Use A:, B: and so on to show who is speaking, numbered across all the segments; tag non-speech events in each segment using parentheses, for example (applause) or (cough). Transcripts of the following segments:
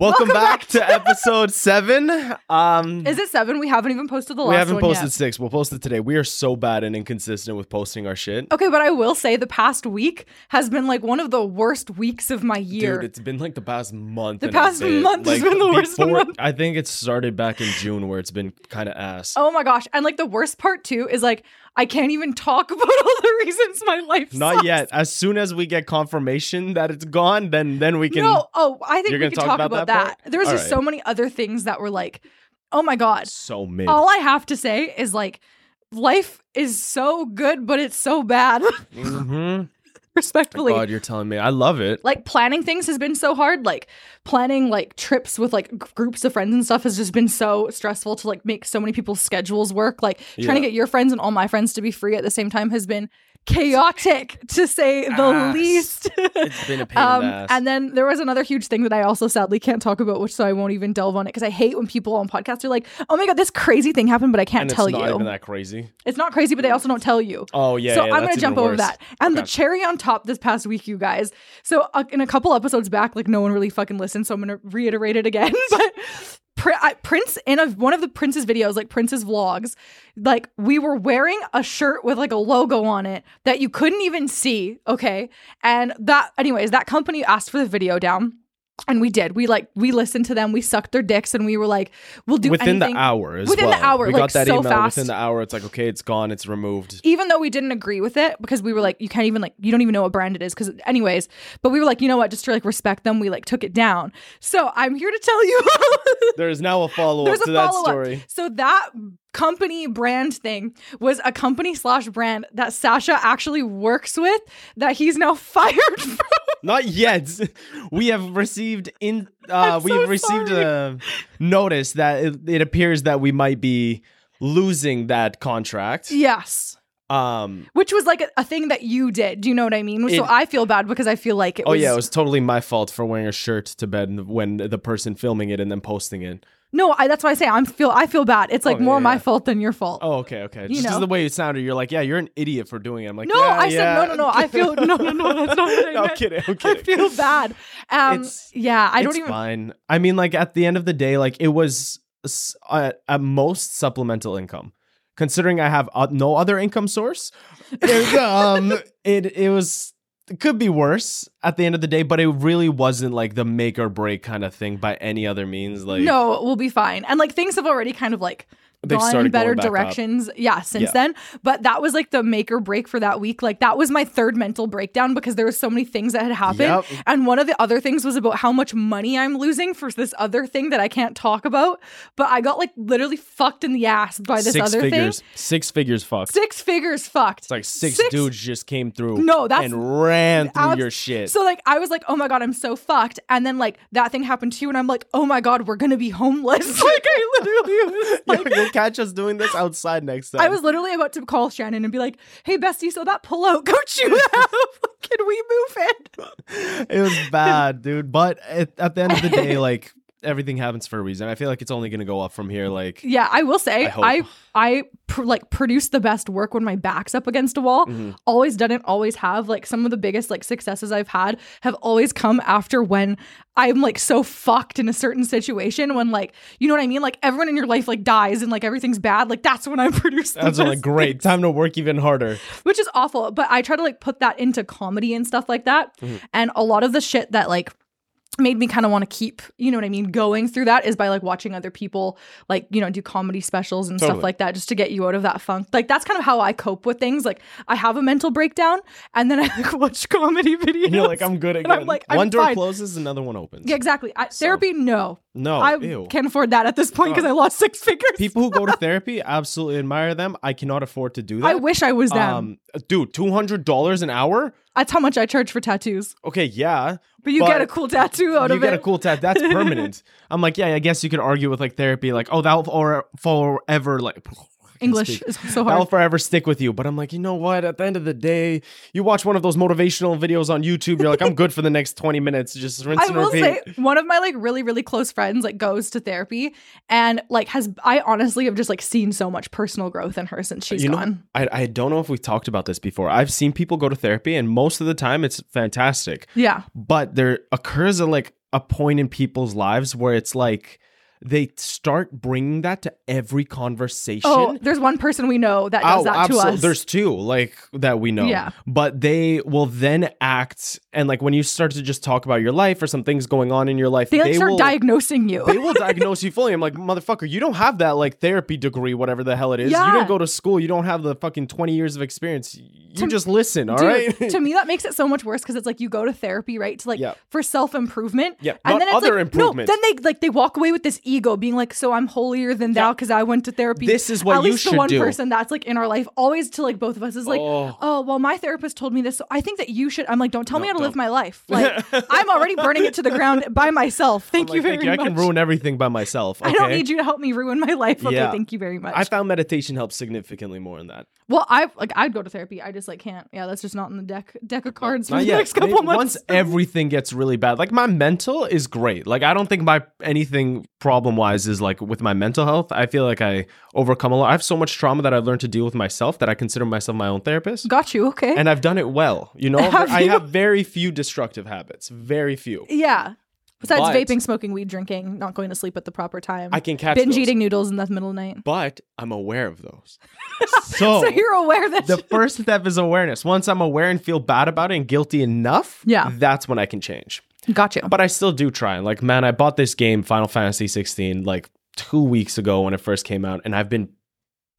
A: Welcome, back,
B: (laughs)
A: to episode seven. Um,
B: Is it seven? We haven't even posted the
A: we
B: last
A: haven't
B: one
A: posted
B: yet.
A: six. We'll post it today. We are so bad and inconsistent with posting our shit.
B: Okay, but I will say the past week has been like one of the worst weeks of my year.
A: Dude, it's been like the past month.
B: The
A: and I'd
B: past
A: say it.
B: month has
A: Like,
B: been the worst
A: before-
B: month.
A: I think it started back in June where it's been kind of ass.
B: oh my gosh. And like the worst part too is like I can't even talk (laughs) about all the reasons my life
A: Not
B: sucks.
A: yet. As soon as we get confirmation that it's gone, then then we can.
B: no, oh, I think
A: You're
B: we
A: gonna
B: can
A: talk
B: talk,
A: about
B: about,
A: that
B: that.
A: part?
B: There was
A: All
B: just so
A: right.
B: many other things that were like, oh my god.
A: So mid.
B: All I have to say is like life is so good, but it's so bad. (laughs)
A: hmm
B: Respectfully.
A: God, you're telling me. I love it.
B: like planning things has been so hard like planning like trips with like g- groups of friends and stuff has just been so stressful to like make so many people's schedules work like trying to
A: Yeah.
B: get your friends and all my friends to be free at the same time has been chaotic to say the
A: Ass.
B: least (laughs)
A: it's been a pain
B: um,
A: in the ass.
B: and then there was another huge thing that I also sadly can't talk about, which so I won't even delve on it because I hate when people on podcasts are like, "Oh my god, this crazy thing happened, but I can't
A: And
B: tell
A: it's not
B: you."
A: even that crazy.
B: It's not crazy, but they also don't tell you.
A: Oh yeah. yeah,
B: so I'm
A: that's
B: going
A: even
B: to jump over
A: worse.
B: that. And the
A: Okay.
B: cherry on top this past week, you guys. So uh, in a couple episodes back, like no one really fucking listened, so I'm going to reiterate it again. (laughs) but Pri- I, Prince in a, one of the Prince's videos, like Prince's vlogs, like we were wearing a shirt with like a logo on it that you couldn't even see. Okay, and that, anyways, that company asked for the video down. And we did. We like we listened to them. We sucked their dicks, and we were like, "We'll do
A: within
B: anything."
A: the hour as
B: Within the
A: well.
B: hour,
A: we
B: like,
A: got that
B: so
A: email within
B: fast.
A: the hour. It's like okay, it's gone, it's removed.
B: even though we didn't agree with it because we were like you can't even like you don't even know what brand it is because anyways but we were like you know what just to like respect them we like took it down so i'm here to tell you (laughs)
A: There is now a follow up
B: there's
A: to
B: a
A: that
B: follow-up
A: story.
B: so that company brand thing was a company slash brand that sasha actually works with that he's now (laughs) fired from
A: Not yet. (laughs) We have received in uh,
B: (laughs) I'm
A: we've
B: so
A: received
B: sorry.
A: a notice that it, it appears that we might be losing that contract.
B: yes
A: Um.
B: which was like a, a thing that you did do you know what i mean
A: It-
B: so i feel bad because i feel like it
A: Oh
B: was
A: yeah, it was totally my fault for wearing a shirt to bed when the person filming it and then posting it.
B: no I, that's why i say i'm feel i feel bad it's like
A: Oh,
B: more
A: yeah,
B: my
A: yeah.
B: fault than your fault
A: Oh okay, okay.
B: You
A: Just 'cause
B: know.
A: the way it sounded, you're like, yeah, you're an idiot for doing it. I'm like,
B: No,
A: yeah,
B: I said no,
A: yeah.
B: no, no. I feel no, no, no. That's not what
A: (laughs)
B: I
A: No, I'm
B: meant.
A: kidding. I'm
B: I
A: kidding.
B: feel bad. Um,
A: It's-
B: yeah, I don't
A: it's
B: even.
A: fine. I mean, like at the end of the day, like it was s- at, at most supplemental income. Considering I have uh, no other income source, (laughs) it, um, it it was it could be worse at the end of the day, but it really wasn't like the make or break kind of thing by any other means. Like
B: No, we'll be fine. And like things have already kind of like
A: They've
B: gone
A: started
B: in better
A: going back up.
B: directions. Yeah, since
A: Yeah.
B: then. But that was like the make or break for that week. Like that was my third mental breakdown because there was so many things that had happened.
A: Yep.
B: And one of the other things was about how much money I'm losing for this other thing that I can't talk about. But I got like literally fucked in the ass by this
A: six
B: other
A: figures,
B: thing.
A: six figures, fucked.
B: Six figures fucked.
A: it's like six,
B: six-
A: dudes just came through.
B: No, that's-
A: and ran through
B: Abs-
A: your shit. (laughs)
B: So like I was like, oh my god, I'm so fucked. And then like that thing happened to you, and I'm like, oh my god, we're gonna be homeless. (laughs) like I literally was like,
A: You'll catch us doing this outside next time.
B: I was literally about to call Shannon and be like, hey bestie, so that pullout got you out. (laughs) Can we move it?
A: (laughs) it was bad, dude. But at, at the end of the day, like everything happens for a reason. I feel like it's only gonna go up from here. Like
B: (laughs) Yeah, I will say
A: I hope.
B: I I, pr- like produce the best work when my back's up against a wall.
A: Mm-hmm.
B: Always done it, always have. Like some of the biggest like successes I've had have always come after when I'm like so fucked in a certain situation when like you know what I mean? Like everyone in your life like dies and like everything's bad. Like that's when I (laughs) produce the
A: that's
B: best
A: like great time to work even harder.
B: which is awful. But I try to like put that into comedy and stuff like that.
A: Mm-hmm.
B: And a lot of the shit that like made me kind of want to keep, you know what I mean, going through that is by like watching other people like, you know, do comedy specials and
A: Totally.
B: stuff like that just to get you out of that funk. Like that's kind of how I cope with things. Like I have a mental breakdown and then I (laughs) like watch comedy videos.
A: And you're
B: (laughs)
A: like, I'm good again.
B: I'm like, I'm
A: one door
B: fine.
A: closes, another one opens.
B: yeah, exactly. I, Therapy, no.
A: No,
B: I
A: Oh, ew.
B: can't afford that at this point because I lost six figures.
A: People who go
B: (laughs)
A: to therapy, absolutely admire them. I cannot afford to do that.
B: I wish I was them.
A: Um, dude, two hundred dollars an hour.
B: That's how much I charge for tattoos.
A: Okay, yeah,
B: But you
A: But
B: get a cool tattoo out
A: you
B: of
A: get
B: it.
A: a cool tat. That's
B: (laughs)
A: permanent. I'm like, yeah, I guess you could argue with like therapy, like, oh, that'll for- forever, like, I can't
B: English
A: speak.
B: is so
A: That'll
B: hard.
A: forever stick with you. But I'm like, you know what? At the end of the day, you watch one of those motivational videos on YouTube, you're like, I'm good for the next 20 minutes. Just rinse
B: (laughs) I
A: and
B: will
A: repeat.
B: say one of my like really really close friends like goes to therapy and like has I honestly have just like seen so much personal growth in her since she's
A: you know,
B: gone.
A: I, I don't know if we've talked about this before. I've seen people go to therapy, and most of the time it's fantastic.
B: Yeah.
A: But there occurs a like a point in people's lives where it's like they start bringing that to every conversation.
B: Oh, there's one person we know that does
A: Oh,
B: that
A: absolute-
B: to us.
A: There's two like that we know.
B: Yeah.
A: But they will then act and like when you start to just talk about your life or some things going on in your life,
B: they like start
A: will
B: diagnosing you.
A: (laughs) they will diagnose you fully. I'm like, motherfucker, you don't have that like therapy degree, whatever the hell it is. You
B: Yeah.
A: don't go to school. You don't have the fucking 20 years of experience. You
B: To-
A: just listen, all
B: Dude,
A: right?
B: to me, that makes it so much worse because it's like you go to therapy, right? To like
A: Yeah.
B: for self improvement.
A: Yeah, not
B: And then it's
A: other
B: like,
A: improvement.
B: No, then they like they walk away with this ego, being like, "So I'm holier than thou because I went to therapy."
A: This is what
B: At
A: you
B: least
A: should
B: the one
A: do.
B: person that's like in our life, always to like both of us is like,
A: Oh.
B: "Oh, well, my therapist told me this, so I think that you should." I'm like, "Don't tell me how to
A: don't.
B: live my
A: (laughs)
B: life. Like, I'm already burning it to the ground by myself. Thank
A: I'm
B: you
A: (laughs) like,
B: very
A: thank you. I
B: much.
A: can ruin everything by myself.
B: I don't
A: okay?
B: need you to help me ruin my life. Okay,
A: Yeah.
B: thank you very much.
A: I found meditation helps significantly more in that.
B: well, I like I'd go to therapy. I just like can't. Yeah, that's just not in the deck deck of cards for
A: Not
B: the
A: yet.
B: next couple
A: Maybe
B: months.
A: Once everything gets really bad, like my mental is great. Like I don't think my anything problem wise is like with my mental health. I feel like I overcome a lot. I have so much trauma that I've learned to deal with myself that I consider myself my own therapist.
B: Got you. Okay.
A: and I've done it well. You know,
B: Have
A: I
B: you?
A: have very few destructive habits, very few.
B: yeah. Besides
A: But-
B: vaping, smoking, weed, drinking, not going to sleep at the proper time,
A: I can catch
B: binge
A: those,
B: eating noodles in the middle of the
A: (laughs)
B: night.
A: but I'm aware of those. So,
B: (laughs) So you're aware that (laughs)
A: the first step is awareness. Once I'm aware and feel bad about it and guilty enough,
B: Yeah.
A: that's when I can change. (laughs)
B: got you.
A: But I still do try. And like, man, I bought this game, Final Fantasy 16, like two weeks ago when it first came out, and I've been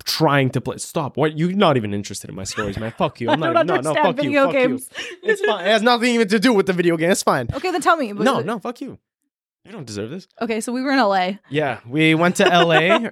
A: trying to play. Stop. What? You're not even interested in my stories, man. Fuck
B: (laughs)
A: you. I'm
B: I
A: not.
B: don't
A: no, no.
B: understand
A: Fuck
B: video
A: you. Fuck
B: games.
A: you. (laughs) It's fine. It has nothing even to do with the video game. It's fine.
B: Okay, then tell me. was
A: No,
B: it-
A: no. Fuck you. You don't deserve this.
B: Okay, so we were in LA.
A: Yeah, we went to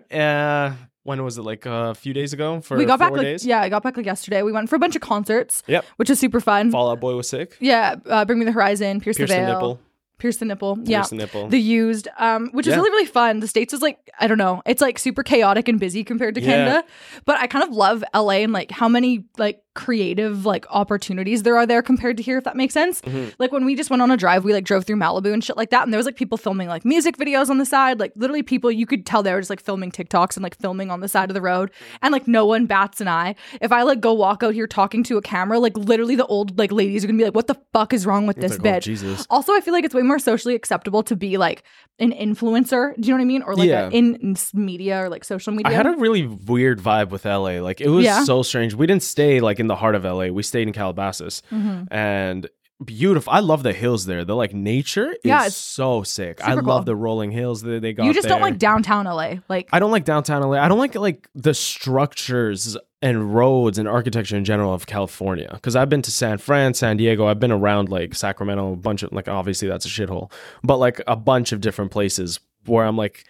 B: (laughs)
A: LA. uh, when was it? Like uh, a few days ago. For
B: we got
A: four
B: back like
A: days.
B: yeah, I got back like yesterday. We went for a bunch of concerts.
A: Yep.
B: Which is super fun.
A: Fallout Boy was sick.
B: Yeah, uh, Bring Me the Horizon, Pierce,
A: Pierce
B: the
A: the
B: Veil,
A: nipple.
B: Pierce the Nipple. yeah.
A: Pierce the nipple.
B: the used um which is
A: Yeah.
B: really really fun the states is like i don't know it's like super chaotic and busy compared to
A: Yeah.
B: canada but i kind of love la and like how many like creative like opportunities there are there compared to here if that makes sense
A: Mhm.
B: like when we just went on a drive we like drove through malibu and shit like that and there was like people filming like music videos on the side like literally people you could tell they were just like filming tiktoks and like filming on the side of the road and like no one bats an eye if i like go walk out here talking to a camera like literally the old like ladies are gonna be like what the fuck is wrong with
A: It's
B: this
A: like, oh,
B: bitch
A: Jesus.
B: also, I feel like it's way more socially acceptable to be like an influencer. Do you know what I mean? Or like
A: Yeah.
B: a- in, in s- media or like social media.
A: I had a really weird vibe with LA. Like it was
B: Yeah.
A: so strange. We didn't stay like in the heart of LA. We stayed in Calabasas
B: Mhm.
A: and beautiful. I love the hills there. They're like nature is
B: Yeah, it's
A: so sick. I
B: super
A: love
B: cool.
A: the rolling hills that they got.
B: You just don't
A: there.
B: like downtown LA. Like
A: I don't like downtown LA. I don't like like the structures and roads and architecture in general of California. Because I've been to San Fran, San Diego. I've been around like Sacramento, a bunch of like obviously that's a shithole, but like a bunch of different places where I'm like,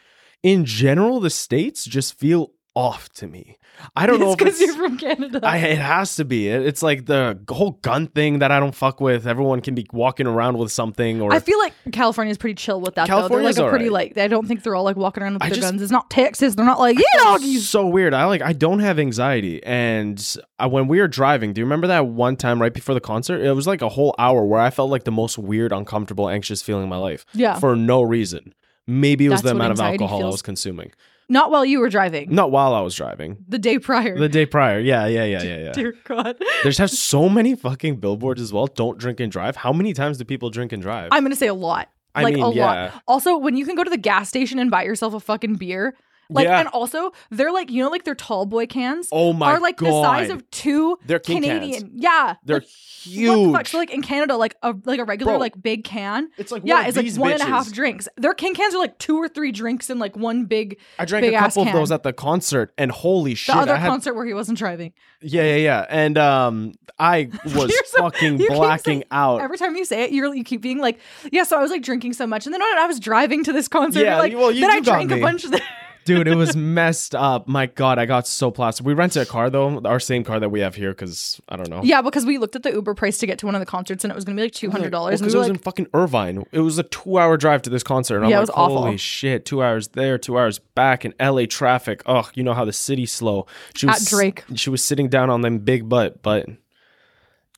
A: in general, the states just feel off to me. I don't know
B: (laughs) it's
A: if
B: because
A: it's,
B: you're from Canada.
A: I, it has to be. It, it's like the whole gun thing that I don't fuck with. Everyone can be walking around with something or
B: I feel like California's pretty chill with that.
A: California's
B: though. They're like a pretty
A: alright.
B: like. I don't think they're all like walking around with
A: I
B: their
A: just-
B: guns. It's not Texas. They're not like yeah. doggies."
A: so weird. I like I don't have anxiety, and I, when we were driving, do you remember that one time right before the concert? It was like a whole hour where I felt like the most weird, uncomfortable, anxious feeling in my life
B: Yeah.
A: for no reason. Maybe it was
B: That's
A: the
B: what
A: amount of
B: anxiety
A: alcohol I
B: feels-
A: was consuming.
B: Not while you were driving.
A: Not while I was driving.
B: The day prior.
A: The day prior. Yeah, yeah, yeah, yeah, yeah.
B: (laughs) Dear God.
A: There's have so many fucking billboards as well. Don't drink and drive. How many times do people drink and drive?
B: I'm gonna say a lot.
A: I
B: like
A: mean,
B: a
A: yeah.
B: lot. Also, when you can go to the gas station and buy yourself a fucking beer. Like
A: Yeah.
B: and also they're like you know like they're tall boy cans.
A: oh my
B: are like
A: god.
B: the size of two
A: They're king cans.
B: Canadian. Yeah,
A: They're
B: like, what the
A: huge.
B: fuck? So like in Canada, like a like a regular
A: Bro.
B: like big can.
A: it's like one
B: Yeah,
A: of
B: it's like
A: these
B: one and a
A: bitches.
B: half drinks. Their king cans are like two or three drinks in like one big.
A: I drank a
B: big ass
A: couple of
B: can.
A: those at the concert, and holy
B: The
A: shit!
B: other
A: I had
B: concert where he
A: (laughs)
B: wasn't driving.
A: Yeah, yeah, yeah. And um I was
B: (laughs) You're so-
A: fucking
B: you keep
A: blacking
B: saying-
A: out.
B: Every (laughs) time you say it, you're you keep being like, yeah. So I was like drinking so much, and then when I was driving to this concert,
A: Yeah,
B: you're like
A: well, you-
B: then
A: you
B: I
A: got
B: drank
A: me.
B: a bunch. Of the- (laughs)
A: Dude, it was messed up. My god, I got so plastic. We rented a car though, our same car that we have here cuz I don't know.
B: yeah, because we looked at the Uber price to get to one of the concerts, and it was gonna be like two hundred dollars.
A: because it
B: we were
A: was
B: like,
A: in fucking Irvine. It was a two-hour drive to this concert, and
B: Yeah,
A: I'm
B: it
A: like,
B: was awful.
A: "Holy shit! Two hours there, two hours back, in LA traffic. Ugh, you know how the city's slow." She
B: At
A: was
B: Drake.
A: She was sitting down on them big butt, but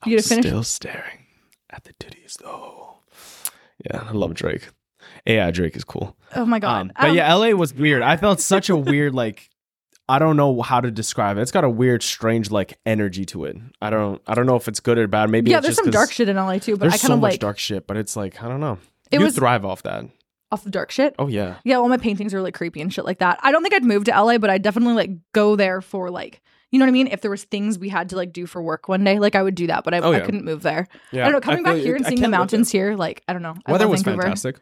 B: you to finish.
A: Still staring at the titties though. Yeah, I love Drake. AI Drake is cool.
B: Oh my god!
A: Um, but
B: Um,
A: yeah, LA was weird. I felt such a weird like I don't know how to describe it. It's got a weird, strange like energy to it. I don't I don't know if it's good or bad. Maybe
B: yeah.
A: it's
B: There's
A: just
B: some
A: 'cause
B: dark shit in LA too, but I
A: There's
B: kind
A: so
B: of
A: much
B: like
A: dark shit, but it's like I don't know.
B: It
A: you
B: was
A: thrive off that.
B: off the dark shit.
A: Oh yeah.
B: Yeah, all my paintings are like creepy and shit like that. I don't think I'd move to LA, but I'd definitely like go there for like, you know what I mean? If there was things we had to like do for work one day, like I would do that, but I,
A: Oh,
B: I
A: yeah.
B: couldn't move there.
A: Yeah.
B: I don't know. Coming back
A: feel-
B: here and
A: I
B: seeing the
A: can't live
B: mountains here, like I don't know.
A: there.
B: I
A: Weather
B: love
A: was
B: Vancouver.
A: fantastic.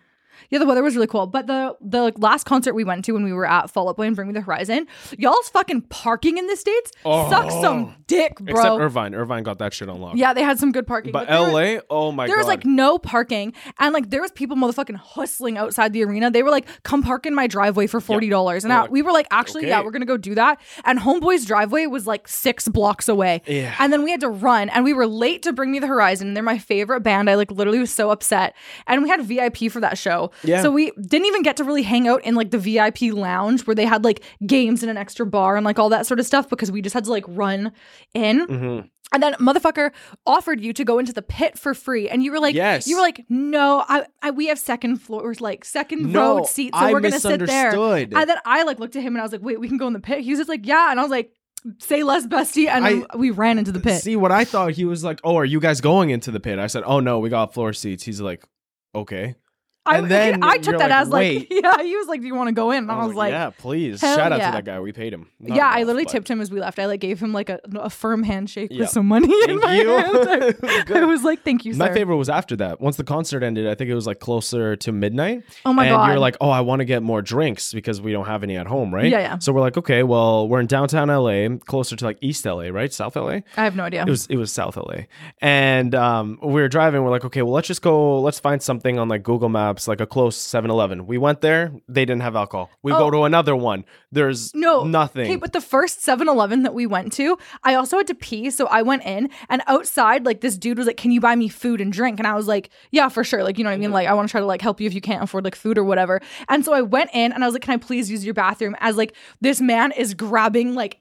B: Yeah, the weather was really cool. But the the like, last concert we went to when we were at Fall Out Boy and Bring Me the Horizon, y'all's fucking parking in the states
A: Oh.
B: sucks some dick,
A: Except
B: bro.
A: Irvine. Irvine got that shit unlocked.
B: yeah, they had some good parking,
A: But,
B: there were-
A: LA, oh my
B: there
A: god.
B: was like no parking, and like there was people motherfucking hustling outside the arena. They were like, "Come park in my driveway for forty dollars." And
A: We're
B: I-
A: like,
B: we were like, "Actually, yeah,
A: okay.
B: we're gonna go do that." And Homeboy's driveway was like six blocks away.
A: Yeah.
B: And then we had to run, and we were late to Bring Me the Horizon. They're my favorite band. I like literally was so upset, and we had VIP for that show.
A: Yeah.
B: So we didn't even get to really hang out in like the VIP lounge where they had like games and an extra bar and like all that sort of stuff because we just had to like run in.
A: Mhm.
B: And then motherfucker offered you to go into the pit for free, and you were like,
A: Yes.
B: you were like, no, I, I we have second floor, or like second
A: No,
B: road seats, so
A: I
B: we're gonna sit there.
A: misunderstood.
B: And then I like looked at him and I was like, wait, we can go in the pit. He was just like, yeah, and I was like, say less, bestie, and then we ran into the pit.
A: See what I thought he was like, "Oh, are you guys going into the pit?" I said, "Oh no, we got floor seats." He's like, "Okay."
B: I,
A: and then
B: I took
A: you're
B: that
A: like,
B: as like,
A: wait.
B: (laughs) yeah. He was like, do you want to go in? And I was like,
A: Oh, "Yeah, please."
B: hell
A: Shout out
B: yeah.
A: to that guy. We paid him. Not
B: yeah, I
A: enough,
B: literally
A: but-
B: tipped him as we left. I like gave him like a, a firm handshake
A: Yeah.
B: with some money (laughs) in
A: Thank
B: my
A: you.
B: hand. (laughs) I
A: (laughs) Good.
B: was like, thank you,
A: My
B: sir.
A: favorite was after that. Once the concert ended, I think it was like closer to midnight.
B: oh my
A: and
B: god,
A: you were like, "Oh, I want to get more drinks because we don't have any at home, right?"
B: Yeah, yeah.
A: So we're like, "Okay, well, we're in downtown LA, closer to like East LA, right? South LA."
B: I have no idea.
A: It was it was South LA, and um, we were driving. We're like, okay, well, let's just go. Let's find something on like Google Maps, like a close 7-Eleven. We went there. They didn't have alcohol. We
B: Oh.
A: go to another one. There's
B: No.
A: nothing.
B: Okay, but the first 7 Eleven that we went to, I also had to pee. So I went in and outside, like this dude was like, Can you buy me food and drink? And I was like, Yeah, for sure. Like, you know what
A: Mm-hmm.
B: I mean? Like, I want to try to like help you if you can't afford like food or whatever. And so I went in and I was like, Can I please use your bathroom? As like this man is grabbing like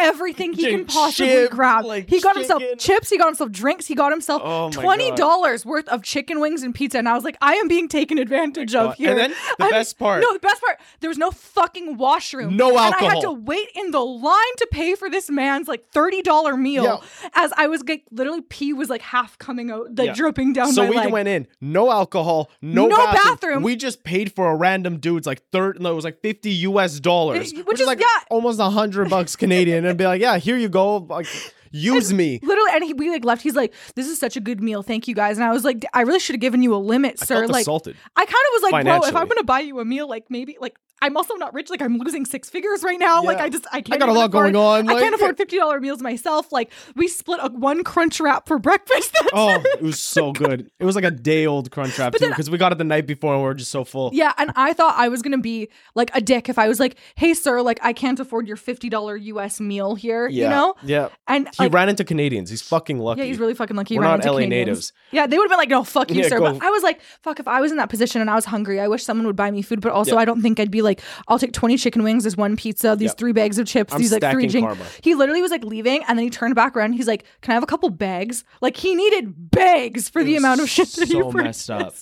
B: everything he
A: Dude,
B: can possibly
A: chip,
B: grab.
A: like,
B: he got himself
A: chicken.
B: chips, he got himself drinks, he got himself
A: Oh my
B: twenty dollars worth of chicken wings and pizza. And I was like, I am being taken advantage of
A: God.
B: here.
A: Uh, And then the
B: I'm-
A: best part.
B: No, the best part, there was no fucking washroom.
A: No
B: And I had
A: alcohol.
B: to wait in the line to pay for this man's like thirty dollar meal. As I was like, literally, pee was like half coming out, like
A: Yeah.
B: dripping down
A: so
B: my
A: we
B: leg.
A: went in, no alcohol, no,
B: No
A: bathroom.
B: bathroom.
A: We just paid for a random dude's like third, no, it was like fifty U.S. dollars,
B: Which
A: which,
B: is-
A: is like
B: yeah.
A: almost hundred bucks Canadian, and be like, yeah, here you go, like
B: (laughs)
A: use me.
B: Literally, and he, we like left. He's like, "This is such a good meal, thank you guys." And I was like, "I really should have given you a limit, (laughs) sir."
A: Felt
B: like, (laughs)
A: assaulted.
B: I kind of was like, "Bro, if
A: Financially.
B: I'm gonna buy you a meal, like maybe like." I'm also not rich. Like I'm losing six figures right now. Like
A: Yeah.
B: I just I can't.
A: I got a
B: even
A: lot
B: afford-
A: going on.
B: I can't
A: like-
B: afford fifty dollar meals myself. Like we split a one crunch wrap for breakfast. That's
A: Oh, it was so good. It was like a day old crunch wrap too, because we got it the night before and we are just so full.
B: Yeah, and I thought I was gonna be like a dick if I was like, "Hey, sir, like I can't afford your fifty dollar U.S. meal here," you know?
A: Yeah.
B: And
A: He
B: like,
A: ran into Canadians. He's fucking lucky.
B: yeah, he's really fucking lucky. he
A: We're
B: ran
A: not
B: into
A: LA
B: Canadians.
A: natives.
B: Yeah, they would have been like, "No, fuck you,
A: Yeah,
B: sir." But
A: go.
B: I was like, "Fuck!" If I was in that position and I was hungry, I wish someone would buy me food. But also,
A: Yeah.
B: I don't think I'd be like, "I'll take twenty chicken wings, this one pizza, these
A: Yeah.
B: three bags of chips,
A: I'm
B: these like three
A: stacking
B: drink."
A: karma.
B: He literally was like leaving, and then he turned back around. He's like, "Can I have a couple bags?" Like he needed bags for
A: It
B: the
A: was
B: amount of shit that he
A: so messed up.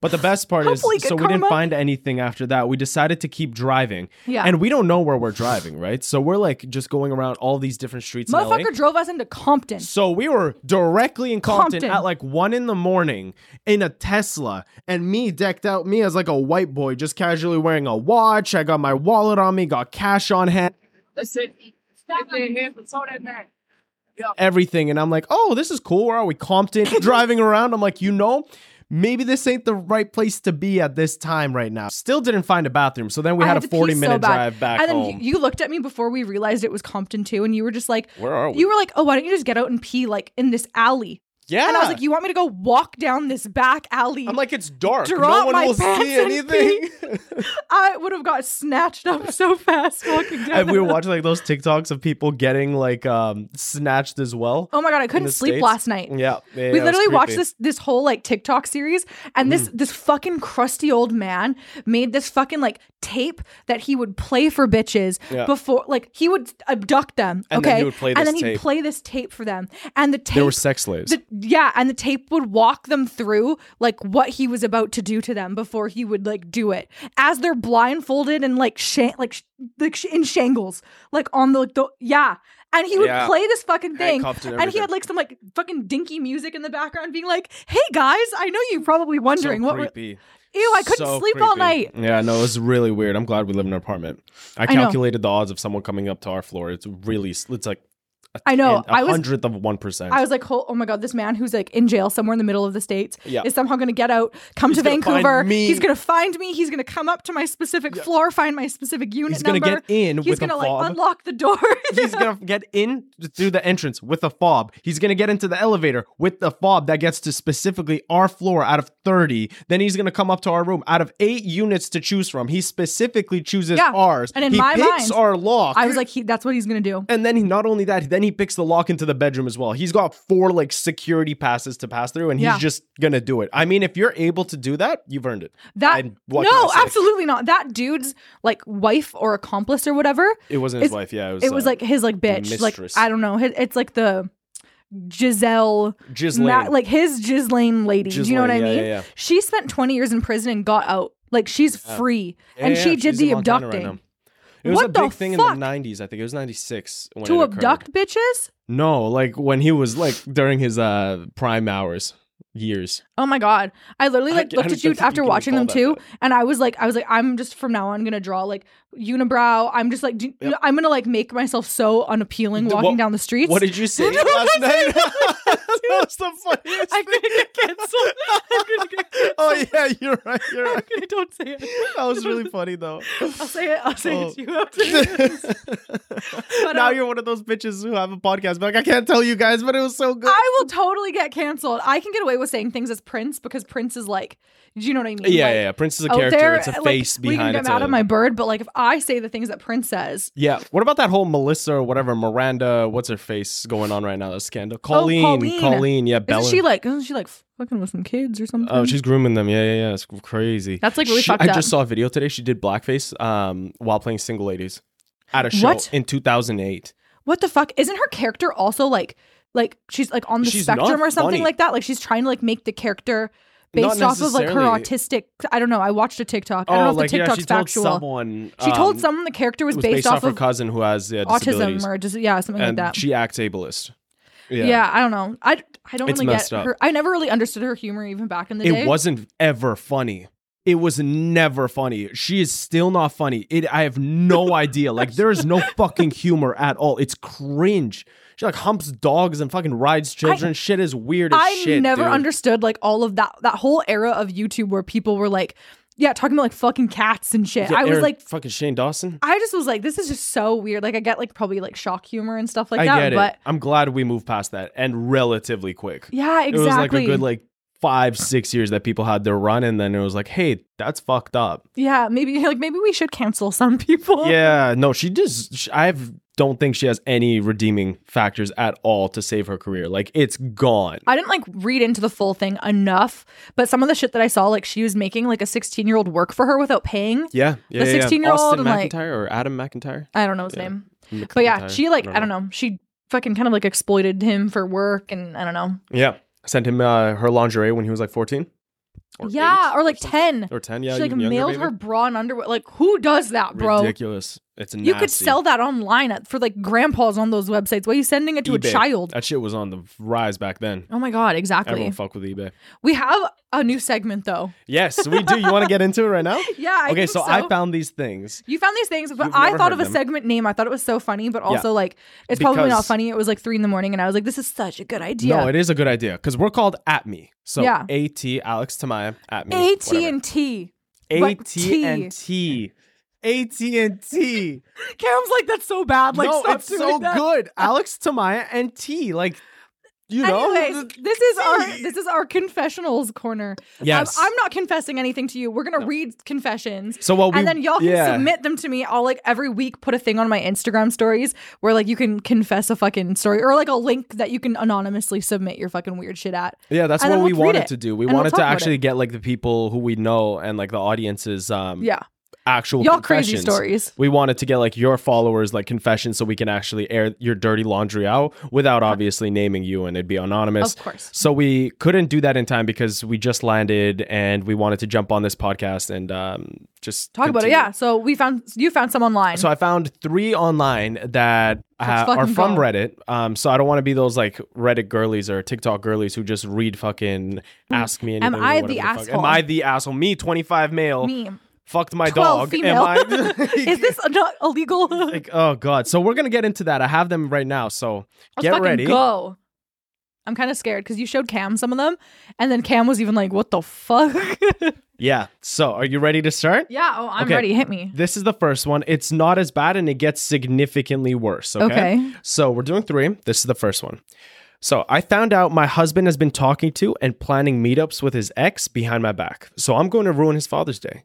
A: But the best part is,
B: Hopefully good
A: so we didn't
B: karma.
A: find anything after that. We decided to keep driving.
B: Yeah.
A: And we don't know where we're driving, right? So we're like just going around all these different streets. in LA.
B: Motherfucker drove us into Compton.
A: So we were directly in Compton,
B: Compton.
A: at like one in the morning in a Tesla, and me decked out, me as like a white boy, just casually wearing a watch. I got my wallet on me, got cash on hand,
C: That's it. Stop it here for so that man.
A: everything. And I'm like, oh, this is cool. Where are we?
B: (coughs)
A: Compton. Driving around, I'm like, you know, maybe this ain't the right place to be at this time right now. Still didn't find a bathroom. So then we
B: I
A: had,
B: to
A: a
B: pee
A: 40
B: so
A: minute
B: bad.
A: drive back
B: And then
A: home.
B: you you looked at me before we realized it was Compton too, and you were just like,
A: Where are we?
B: You were like, "Oh, why don't you just get out and pee like in this alley?"
A: yeah.
B: And I was like, "You want me to go walk down this back alley?"
A: I'm like, it's dark.
B: Drop
A: No one
B: my
A: will
B: pants
A: see
B: and
A: anything.
B: (laughs) I would have got snatched up so fast
A: (laughs)
B: walking
A: (laughs)
B: down.
A: and we were
B: that-
A: watching like those TikToks of people getting like um snatched as well.
B: (laughs) Oh my god, I
A: in
B: couldn't
A: the
B: sleep
A: States.
B: last night.
A: Yeah, yeah,
B: we
A: yeah, it was
B: literally watched
A: creepy. Mm.
B: this this whole like TikTok series, and this this fucking crusty old man made this fucking like tape that he would play for bitches
A: Yeah.
B: before, like he would abduct them.
A: And
B: okay,
A: then he would play
B: and
A: this
B: then he'd
A: tape.
B: play this tape for them, and the tape
A: They were sex slaves.
B: the- yeah, and the tape would walk them through like what he was about to do to them before he would like do it, as they're blindfolded and like shan- like sh- like sh- in shangles, like on the, the yeah. And he would
A: Yeah.
B: play this fucking thing,
A: Handcuffed and
B: he
A: everything.
B: had like some like fucking dinky music in the background, being like, "Hey guys, I know you're probably wondering
A: so
B: what." we're-"
A: creepy.
B: Ew, I couldn't
A: So
B: sleep all
A: creepy.
B: night.
A: Yeah, no, it was really weird. I'm glad we live in an apartment. I
B: know.
A: calculated the odds of someone coming up to our floor. It's really, s- it's like
B: I know.
A: an- a
B: I was
A: hundredth of one percent.
B: I was like, oh, oh my god, this man who's like in jail somewhere in the middle of the states
A: Yeah.
B: is somehow going to get out, come
A: He's
B: to
A: gonna find
B: Vancouver.
A: me.
B: He's going to find me. He's going to come up to my specific floor, find my specific unit
A: He's gonna
B: number.
A: get in
B: He's
A: with a
B: gonna, like
A: fob.
B: unlock the door.
A: (laughs) He's
B: (laughs)
A: gonna get in through the entrance with a fob. He's gonna get into the elevator with the fob that gets to specifically our floor out of 30. Then he's gonna come up to our room out of eight units to choose from. He specifically chooses
B: Yeah.
A: ours.
B: And in
A: he
B: my
A: picks
B: mind,
A: our lock.
B: I was like, he, that's what he's going to do.
A: and then he not only that, then he picks the lock into the bedroom as well. He's got four like security passes to pass through, and
B: Yeah.
A: he's just gonna do it. I mean, if you're able to do that, you've earned it.
B: That
A: And what can I
B: no,
A: say?
B: absolutely not. That dude's like wife or accomplice or whatever.
A: It wasn't his
B: It's-
A: wife, yeah. It was,
B: It was
A: uh,
B: like his like bitch.
A: mistress.
B: Like I don't know. Hi- It's like the Giselle,
A: Ghislaine.
B: Ma- like his Ghislaine lady. Do you know what I
A: Ghislaine,
B: mean?
A: yeah, yeah, yeah.
B: She spent 20 years in prison and got out. Like she's
A: Yeah.
B: free,
A: Yeah,
B: and
A: yeah,
B: she
A: yeah,
B: did
A: she's
B: the
A: in Montana right
B: abducting.
A: now. It was
B: What
A: a
B: the
A: big thing
B: fuck?
A: in the 90s. I think it was 96 when
B: to
A: it occurred.
B: abduct bitches?
A: No, like when he was like during his uh prime hours, years.
B: Oh my god! I literally
A: I- I
B: like looked
A: don't
B: at you
A: think you
B: after
A: can
B: watching
A: call
B: them
A: that
B: too,
A: that.
B: and I was like, I was like, I'm just from now on gonna draw like unibrow. I'm just like, do,
A: Yep.
B: I'm gonna like make myself so unappealing
A: The-
B: walking
A: what-
B: down the streets.
A: What did you say last night? (laughs) that was the funniest
B: (laughs) I'm gonna
A: thing.
B: get canceled.
A: (laughs)
B: I'm gonna get canceled.
A: Oh yeah, you're right. You're
B: (laughs) I'm
A: right.
B: gonna, don't say it.
A: That was really funny though.
B: I'll say it. I'll say
A: Oh.
B: it to you
A: (laughs)
B: after.
A: now
B: um,
A: you're one of those bitches who have a podcast, but like I can't tell you guys, but it was so good.
B: I will totally get canceled. I can get away with saying things as Prince because Prince is like, do you know what I mean?
A: yeah,
B: Like,
A: yeah, yeah. Prince is a
B: out
A: character.
B: there,
A: it's a
B: Oh, like,
A: face
B: We can
A: behind
B: get
A: it's
B: mad
A: a-
B: at my bird, but like if I say the things that Prince says,
A: Yeah. What about that whole Melissa or whatever Miranda? What's her face going on right now? That scandal. Colleen.
B: Oh, Colleen.
A: Yeah.
B: isn't
A: Bella.
B: she like isn't she like fucking with some kids or something?
A: Oh, she's grooming them. Yeah, yeah, yeah. It's crazy.
B: That's, like, really
A: She-
B: fucked
A: I
B: up.
A: just saw a video today. She did blackface um, while playing single ladies at a show
B: What?
A: in 2008.
B: what the fuck? Isn't her character also like like she's like on the
A: She's not
B: spectrum or something
A: funny.
B: like that? Like she's trying to like make the character
A: Not
B: based off of like her
A: necessarily. Oh,
B: autistic. I don't know. I watched a TikTok. I don't know if
A: like
B: the
A: yeah,
B: TikTok's
A: she
B: factual.
A: told someone.
B: she told
A: um,
B: someone the character
A: it
B: was,
A: was
B: based, off
A: her
B: of
A: cousin who has yeah,
B: autism
A: disabilities,
B: or just yeah something
A: and
B: like that.
A: she acts ableist. Yeah.
B: yeah. I don't know. I I don't
A: It's
B: really get
A: messed up.
B: her. I never really understood her humor even back in the day.
A: It wasn't ever funny. It was never funny. She is still not funny. It I have no
B: (laughs)
A: idea. Like there is no fucking humor at all. It's cringe. She like humps dogs and fucking rides children. shit is weird as
B: I
A: shit.
B: never
A: dude.
B: understood like all of that that whole era of YouTube where people were like, yeah, talking about like fucking cats and shit.
A: Yeah, er
B: I was
A: Aaron-
B: like,
A: fucking Shane Dawson.
B: I just was like, this is just so weird. Like I get like probably like shock humor and stuff like
A: I
B: that,
A: get
B: but
A: it. I'm glad we moved past that and relatively quick.
B: yeah,
A: It was like
B: exactly.
A: a good like five six years that people had their run, and then it was like, hey, that's fucked up.
B: yeah, maybe (laughs) like maybe we should cancel some people.
A: yeah, no, she just sh I have don't think she has any redeeming factors at all to save her career. Like it's gone.
B: I didn't like read into the full thing enough, but some of the shit that I saw, like she was making like a 16 year old work for her without paying.
A: Yeah, yeah,
B: The
A: yeah, yeah.
B: 16-year-old
A: Austin
B: and, like-
A: McIntyre or Adam McIntyre.
B: I don't know his
A: Yeah.
B: name.
A: McIntyre.
B: But yeah, she like, I don't know. She fucking kind of like exploited him for work and I don't know.
A: Yeah, sent him uh, her lingerie when he was like fourteen. Or
B: yeah,
A: eight
B: or like
A: something.
B: 10.
A: or ten. Yeah,
B: she like
A: even younger,
B: mailed
A: maybe.
B: her bra and underwear. Like, who does that, bro?
A: Ridiculous. It's nasty.
B: You could sell that online at, for like grandpas on those websites. Why are you sending it to
A: eBay.
B: a child?
A: That shit was on the rise back then.
B: Oh my god, exactly.
A: Everyone fuck with eBay.
B: We have a new segment though.
A: Yes, we do. You want to get into it right now?
B: Yeah. (laughs) I
A: okay,
B: think
A: so, I found these things.
B: you found these things, but
A: You've
B: I
A: never
B: thought
A: heard
B: of a
A: them.
B: segment name. I thought it was so funny, but also like it's probably not
A: Because-
B: funny. It was like three in the morning, and I was like, "This is such a good idea."
A: No, it is a good idea because we're called at me. So
B: Yeah.
A: AT Alex Tamaya at me.
B: AT
A: whatever.
B: and T. but
A: AT and T. AT and T.
B: Cam's like that's so bad. (laughs) Like
A: no,
B: stop
A: it's
B: doing
A: so
B: that. (laughs)
A: good. Alex Tamaya and T. Like, you know.
B: Anyways, um, this is our
A: T.
B: this is our confessionals corner.
A: Yes.
B: I'm, I'm not confessing anything to you. We're gonna read confessions.
A: so while we
B: and then y'all can
A: yeah.
B: submit them to me. I'll like every week put a thing on my Instagram stories where like you can confess a fucking story or like a link that you can anonymously submit your fucking weird shit at.
A: Yeah, that's
B: and
A: what
B: then
A: we
B: we'll tweet
A: wanted
B: it,
A: to do. We
B: and we'll
A: wanted
B: talk
A: to
B: about
A: actually get like the people who we know and like the audiences um
B: Yeah.
A: actual
B: Y'all crazy
A: confessions.
B: stories.
A: We wanted to get like your followers like confessions so we can actually air your dirty laundry out without obviously naming you and it'd be anonymous.
B: Uh, Of course.
A: So we couldn't do that in time because we just landed and we wanted to jump on this podcast and um, just
B: Talk about it.
A: continue.
B: Yeah. So we found you found some online.
A: So I found three online that uh,
B: Let's
A: are
B: fucking
A: from
B: go.
A: Reddit. Um, so I don't want to be those like Reddit girlies or TikTok girlies who just read fucking ask me.
B: Hmm. Am
A: Anything or
B: I the
A: whatever fuck. Am
B: asshole?
A: I the asshole? Me, twenty five male,
B: me.
A: fucked my
B: 12
A: dog.
B: female.
A: Am I?
B: (laughs)
A: (laughs)
B: Is this not illegal? (laughs) Let's
A: like oh god? So we're gonna get into that. I have them right now. So get
B: fucking
A: ready.
B: go. I'm kind of scared because you showed Cam some of them, and then Cam was even like, "What the fuck?" (laughs)
A: Yeah. So are you ready to start?
B: yeah. Oh, I'm
A: Okay.
B: ready. Hit me.
A: This is the first one. It's not as bad and it gets significantly worse. Okay.
B: Okay.
A: So we're doing three. This is the first one. So I found out my husband has been talking to and planning meetups with his ex behind my back. So I'm going to ruin his Father's Day.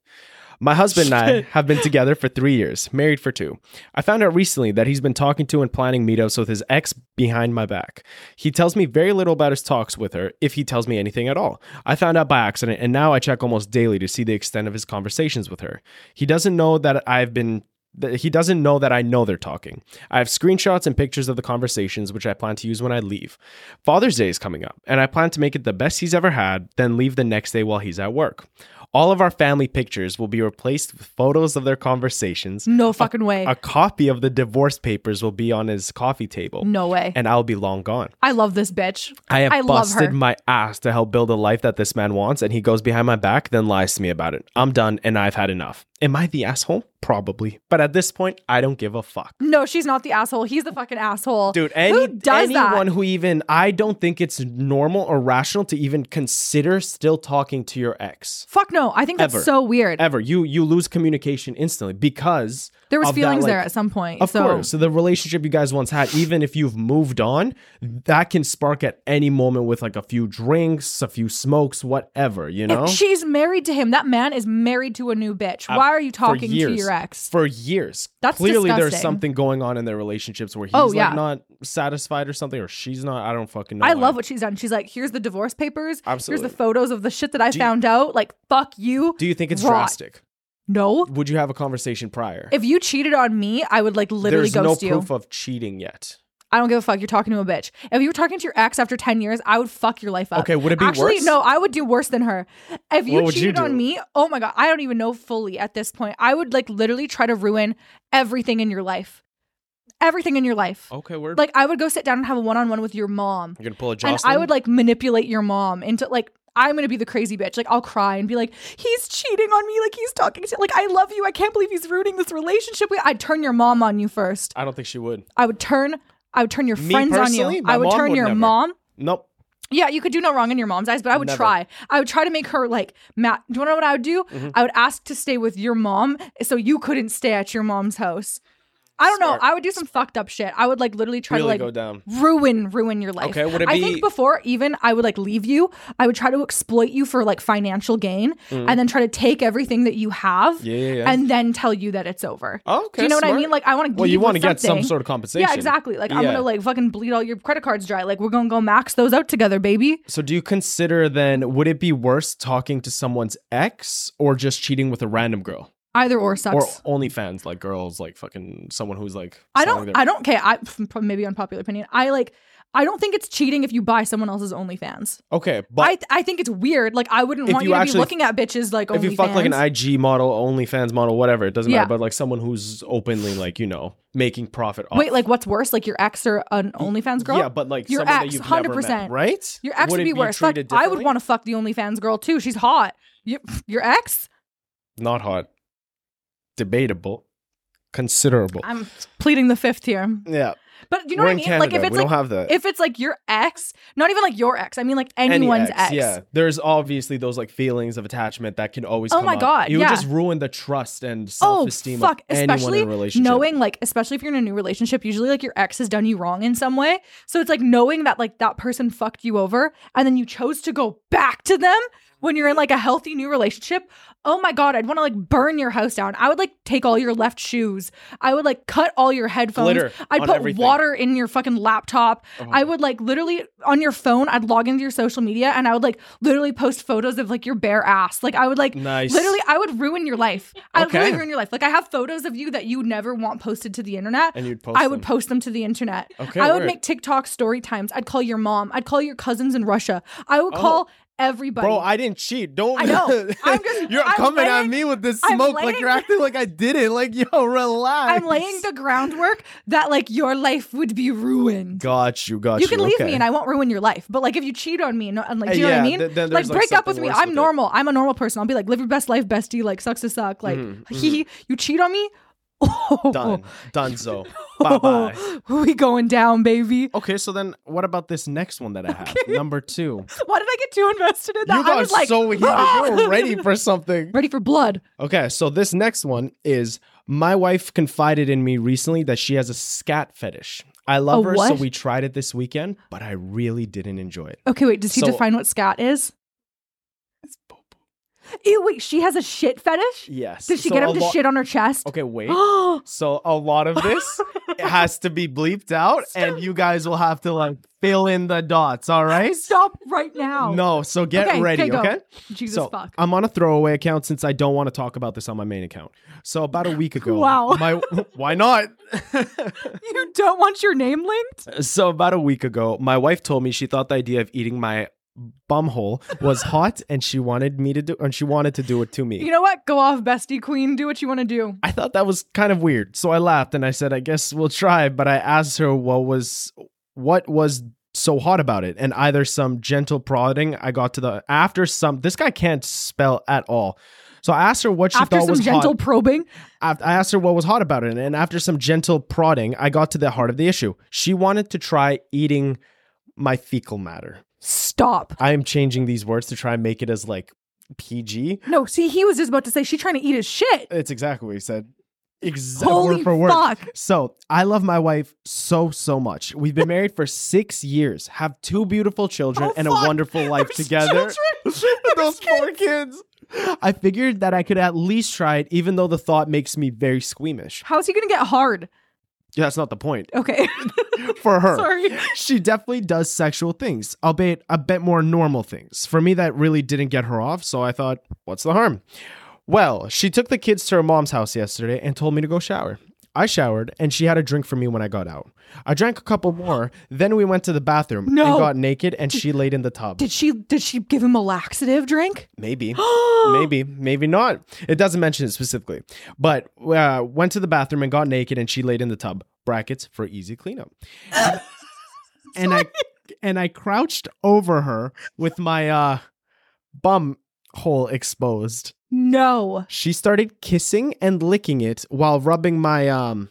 A: My husband and I have been together for three years, married for two. I found out recently that he's been talking to and planning meetups with his ex behind my back. He tells me very little about his talks with her, if he tells me anything at all. I found out by accident, and now I check almost daily to see the extent of his conversations with her. He doesn't know that I've been. that He doesn't know that I know they're talking. I have screenshots and pictures of the conversations, which I plan to use when I leave. Father's Day is coming up, and I plan to make it the best he's ever had, then leave the next day while he's at work. All of our family pictures will be replaced with photos of their conversations.
B: No fucking way.
A: A copy of the divorce papers will be on his coffee table,
B: no way.
A: and I'll be long gone.
B: I love this bitch.
A: I have
B: I love her.
A: busted my ass to help build a life that this man wants, and he goes behind my back, then lies to me about it. I'm done, and I've had enough. Am I the asshole? Probably. But at this point, I don't give a fuck.
B: No, she's not the asshole. He's the fucking asshole.
A: Dude, any,
B: who does
A: anyone
B: that?
A: who even, I don't think it's normal or rational to even consider still talking to your ex.
B: Fuck no. I think that's
A: Ever.
B: so weird.
A: Ever. You you lose communication instantly because
B: There was
A: of that,
B: feelings there
A: like-
B: at some point.
A: Of
B: so
A: course. So the relationship you guys once had, even if you've moved on, that can spark at any moment with like a few drinks, a few smokes, whatever, you know?
B: If she's married to him. That man is married to a new bitch. Why are you talking to
A: years.
B: your ex?
A: For years.
B: That's
A: Clearly there's
B: disgusting.
A: something going on in their relationships where he's
B: Oh,
A: like
B: yeah.
A: not satisfied or something, or she's not. I don't fucking know.
B: I
A: why.
B: love what she's done. She's like, here's the divorce papers.
A: Absolutely.
B: Here's the photos of the shit that I found out. Like, fuck you.
A: Do you think it's
B: Rot.
A: drastic?
B: no.
A: Would you have a conversation prior?
B: If you cheated on me, I would like literally
A: there's
B: ghost
A: no
B: you.
A: proof of cheating yet.
B: I don't give a fuck. You're talking to a bitch. If you were talking to your ex after 10 years, I would fuck your life up.
A: Okay, would it be
B: Actually,
A: worse?
B: no, I would do worse than her. If you
A: What would you
B: cheated
A: do?
B: on me, oh my God, I don't even know fully at this point. I would like literally try to ruin everything in your life. Everything in your life.
A: Okay, we're
B: Like, I would go sit down and have a one on one with your mom.
A: you're gonna pull a
B: And
A: Jocelyn.
B: I would like manipulate your mom into like, I'm gonna be the crazy bitch. Like, I'll cry and be like, he's cheating on me. Like, he's talking to, like, I love you. I can't believe he's ruining this relationship. We- I'd turn your mom on you first.
A: I don't think she would.
B: I would turn I would turn your
A: Me
B: friends on
A: personally?
B: you.
A: My
B: I would
A: mom
B: turn
A: would
B: your
A: never.
B: mom.
A: Nope.
B: Yeah, you could do no wrong in your mom's eyes, but I would
A: Never.
B: try. I would try to make her like Matt. Do you know what I would do?
A: Mm-hmm.
B: I would ask to stay with your mom so you couldn't stay at your mom's house. I don't
A: Smart.
B: know. I would do some fucked up shit. I would like literally try
A: Really
B: to
A: go
B: like
A: down.
B: ruin ruin your life.
A: Okay, would it
B: I
A: be-
B: think before even I would like leave you. I would try to exploit you for like financial gain and then try to take everything that you have
A: Mm-hmm. Yeah, yeah, yeah.
B: and then tell you that it's over.
A: Okay,
B: Do you know what
A: smart.
B: I mean? Like I want to
A: Well, you
B: want to
A: get some sort of compensation.
B: yeah, exactly. Like I'm
A: Yeah.
B: gonna like fucking bleed all your credit cards dry. Like we're gonna go max those out together, baby.
A: So do you consider then would it be worse talking to someone's ex or just cheating with a random girl?
B: Either or
A: Or
B: sucks.
A: OnlyFans, like girls, like fucking someone who's like
B: I
A: selling
B: don't.
A: their-
B: I don't. Okay. I pff, maybe unpopular opinion. I like. I don't think it's cheating if you buy someone else's OnlyFans.
A: Okay, but
B: I I think it's weird. Like I wouldn't
A: If
B: want
A: you
B: you, to be
A: actually-
B: looking at bitches like OnlyFans.
A: if you fuck like an IG model, OnlyFans model, whatever, it doesn't
B: Yeah.
A: matter. But like someone who's openly like you know making profit. off.
B: Wait, like what's worse? Like your ex or an OnlyFans girl?
A: yeah, but like
B: your
A: someone
B: ex,
A: that you've never met,
B: 100%.
A: right?
B: your ex would
A: it
B: be worse. Fuck,
A: treated
B: I would
A: differently?
B: want to fuck the OnlyFans girl too. She's hot. Your, your ex?
A: not hot, debatable, considerable.
B: I'm pleading the fifth here.
A: yeah,
B: But you know
A: we're
B: what I
A: in
B: mean?
A: Canada.
B: Like if it's
A: we
B: like
A: don't have that.
B: if it's like your ex, not even like your ex, I mean like anyone's ex.
A: yeah. There's obviously those like feelings of attachment that can always.
B: Oh
A: come
B: my
A: up.
B: God,
A: You
B: yeah.
A: would just ruin the trust and
B: Oh
A: self-esteem
B: fuck!
A: of anyone
B: Especially
A: in a relationship.
B: knowing, like, especially if you're in a new relationship, usually like your ex has done you wrong in some way. So it's like knowing that like that person fucked you over, and then you chose to go back to them. when you're in like a healthy new relationship, oh my god, I'd want to like burn your house down. I would like take all your left shoes. I would like cut all your headphones.
A: Glitter
B: I'd
A: on
B: put
A: everything. Oh
B: water in your fucking laptop. I would like literally on your phone, I'd log into your social media and I would like literally post photos of like your bare ass. Like I would like
A: Nice.
B: literally I would ruin your life. I would really
A: Okay.
B: ruin your life. Like I have photos of you that you never want posted to the internet.
A: and you'd post.
B: I would
A: them.
B: post them to the internet.
A: Okay,
B: I would
A: word.
B: make TikTok story times. I'd call your mom. I'd call your cousins in Russia. I would
A: Oh.
B: call everybody.
A: Bro, I didn't cheat. Don't. (laughs)
B: I know. I'm just-
A: you're
B: I'm
A: coming at
B: laying-
A: me with this
B: I'm
A: smoke. like
B: laying-
A: you're acting like I did it. Like yo, relax.
B: I'm laying the groundwork that like your life would be ruined.
A: Got you. Got you.
B: you can leave
A: okay.
B: me and I won't ruin your life. But like if you cheat on me and, and like
A: Uh,
B: do you know what
A: yeah,
B: I mean?
A: th- then
B: like
A: there's, like,
B: break up with
A: something
B: me.
A: worse
B: I'm
A: with it.
B: normal. I'm a normal person. I'll be like live your best life, bestie. Like sucks to suck. Like
A: Mhm,
B: (laughs) he you cheat on me. (laughs) Oh,
A: Done.
B: (laughs)
A: Dunzo. bye bye.
B: we going down, baby.
A: Okay, so then what about this next one that I have? Number two.
B: Why did I get too
A: (laughs)
B: invested in that?
A: you
B: I
A: got
B: was like, (laughs)
A: so heated. You were ready for (laughs) something.
B: ready for blood.
A: Okay, so this next one is my wife confided in me recently that she has a scat fetish. I love
B: A
A: her, so
B: what?
A: we tried it this weekend, but I really didn't enjoy it.
B: Okay, wait. Does he
A: So-
B: define what scat is? Ew, wait. She has a shit fetish.
A: Yes.
B: Did she
A: So
B: get
A: a
B: him to
A: lo-
B: shit on her chest?
A: Okay,
B: (gasps)
A: wait.
B: Oh,
A: So a lot of
B: (laughs)
A: this has to be bleeped out, and you guys will have to like fill in the dots. All right?
B: stop right now.
A: No, so get
B: Okay,
A: ready,
B: okay, go.
A: okay?
B: Jesus
A: so
B: fuck.
A: I'm on a throwaway account since I don't want to talk about this on my main account. So about
B: (laughs)
A: a week ago,
B: Wow.
A: my (laughs) why not? uh,
B: (laughs) you don't want your name linked?
A: so about a week ago, my wife told me she thought the idea of eating my bumhole
B: (laughs)
A: was hot, and she wanted me to do, and she wanted to do it to me.
B: You know what? Go off, bestie queen. Do what you want to do.
A: I thought that was kind of weird, so I laughed and I said, "I guess we'll try." But I asked her what was what was so hot about it, and either some gentle prodding I got to the after some. This guy can't spell at all. So I asked her what she
B: After
A: thought
B: some
A: was
B: gentle
A: hot.
B: probing,
A: Af- I asked her what was hot about it, and after some gentle prodding, I got to the heart of the issue. She wanted to try eating my fecal matter.
B: stop.
A: I am changing these words to try and make it as like PG.
B: No, see, he was just about to say she's trying to eat his shit.
A: It's exactly what he said. Exactly
B: Holy
A: word for word.
B: fuck.
A: So I love my wife so so much. We've been married
B: (laughs)
A: for six years, have two beautiful children,
B: Oh,
A: and
B: fuck.
A: a wonderful life
B: There's
A: together.
B: children. There's
A: (laughs) Those poor kids. I figured that I could at least try it, even though the thought makes me very squeamish.
B: How's he gonna get hard?
A: Yeah, that's not the
B: (laughs)
A: point
B: Okay,
A: for her.
B: sorry.
A: (laughs) she definitely does sexual things, albeit a bit more normal things. For me, that really didn't get her off, so I thought, what's the harm? Well, she took the kids to her mom's house yesterday and told me to go shower. I showered, and she had a drink for me when I got out. I drank a couple more, then we went to the bathroom and
B: No.
A: got naked, and she laid in the tub.
B: Did she did she give him a laxative drink?
A: (gasps) Maybe. maybe, maybe not. It doesn't mention it specifically. But uh, went to the bathroom and got naked, and she laid in the tub. Brackets for easy cleanup. (laughs) and I and I crouched over her with my uh, bum hole exposed.
B: No.
A: She started kissing and licking it while rubbing my um,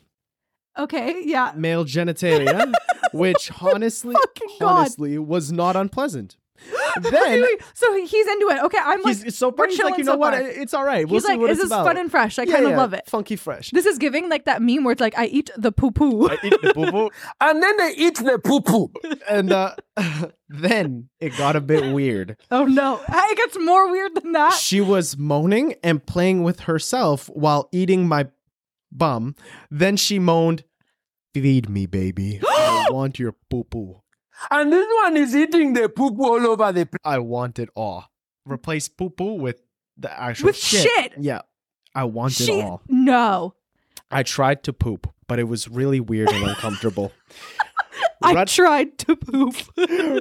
B: Okay, yeah.
A: male (laughs) genitalia, which honestly,
B: Fucking God.
A: honestly, was not (gasps) unpleasant.
B: Wait,
A: Then.
B: wait, so he's into it. Okay, I'm like,
A: He's so
B: we're
A: funny. He's like,
B: chilling
A: you know
B: so
A: what?
B: far."
A: It's all right. We'll
B: he's
A: see
B: like,
A: what
B: is
A: it's
B: this
A: about.
B: fun and fresh? I
A: Yeah,
B: kind of
A: yeah,
B: love it.
A: Funky fresh.
B: This is giving like that meme where it's like, I eat the poo
A: (laughs)
B: poo.
A: I eat the boo boo.
D: And then they eat the poo poo.
A: and uh, (laughs) then it got a bit weird.
B: oh no, it gets more weird than that.
A: She was moaning and playing with herself while eating my bum. Then she moaned, "Feed me, baby. I
B: (gasps)
A: want your poo poo.
D: And this one is eating the poo poo all over the place.
A: I want it all." Replace poo poo with the actual
B: With
A: shit.
B: shit.
A: Yeah, I want it all.
B: no.
A: I tried to poop, but it was really weird and
B: (laughs)
A: uncomfortable.
B: I
A: Right-
B: tried to poop.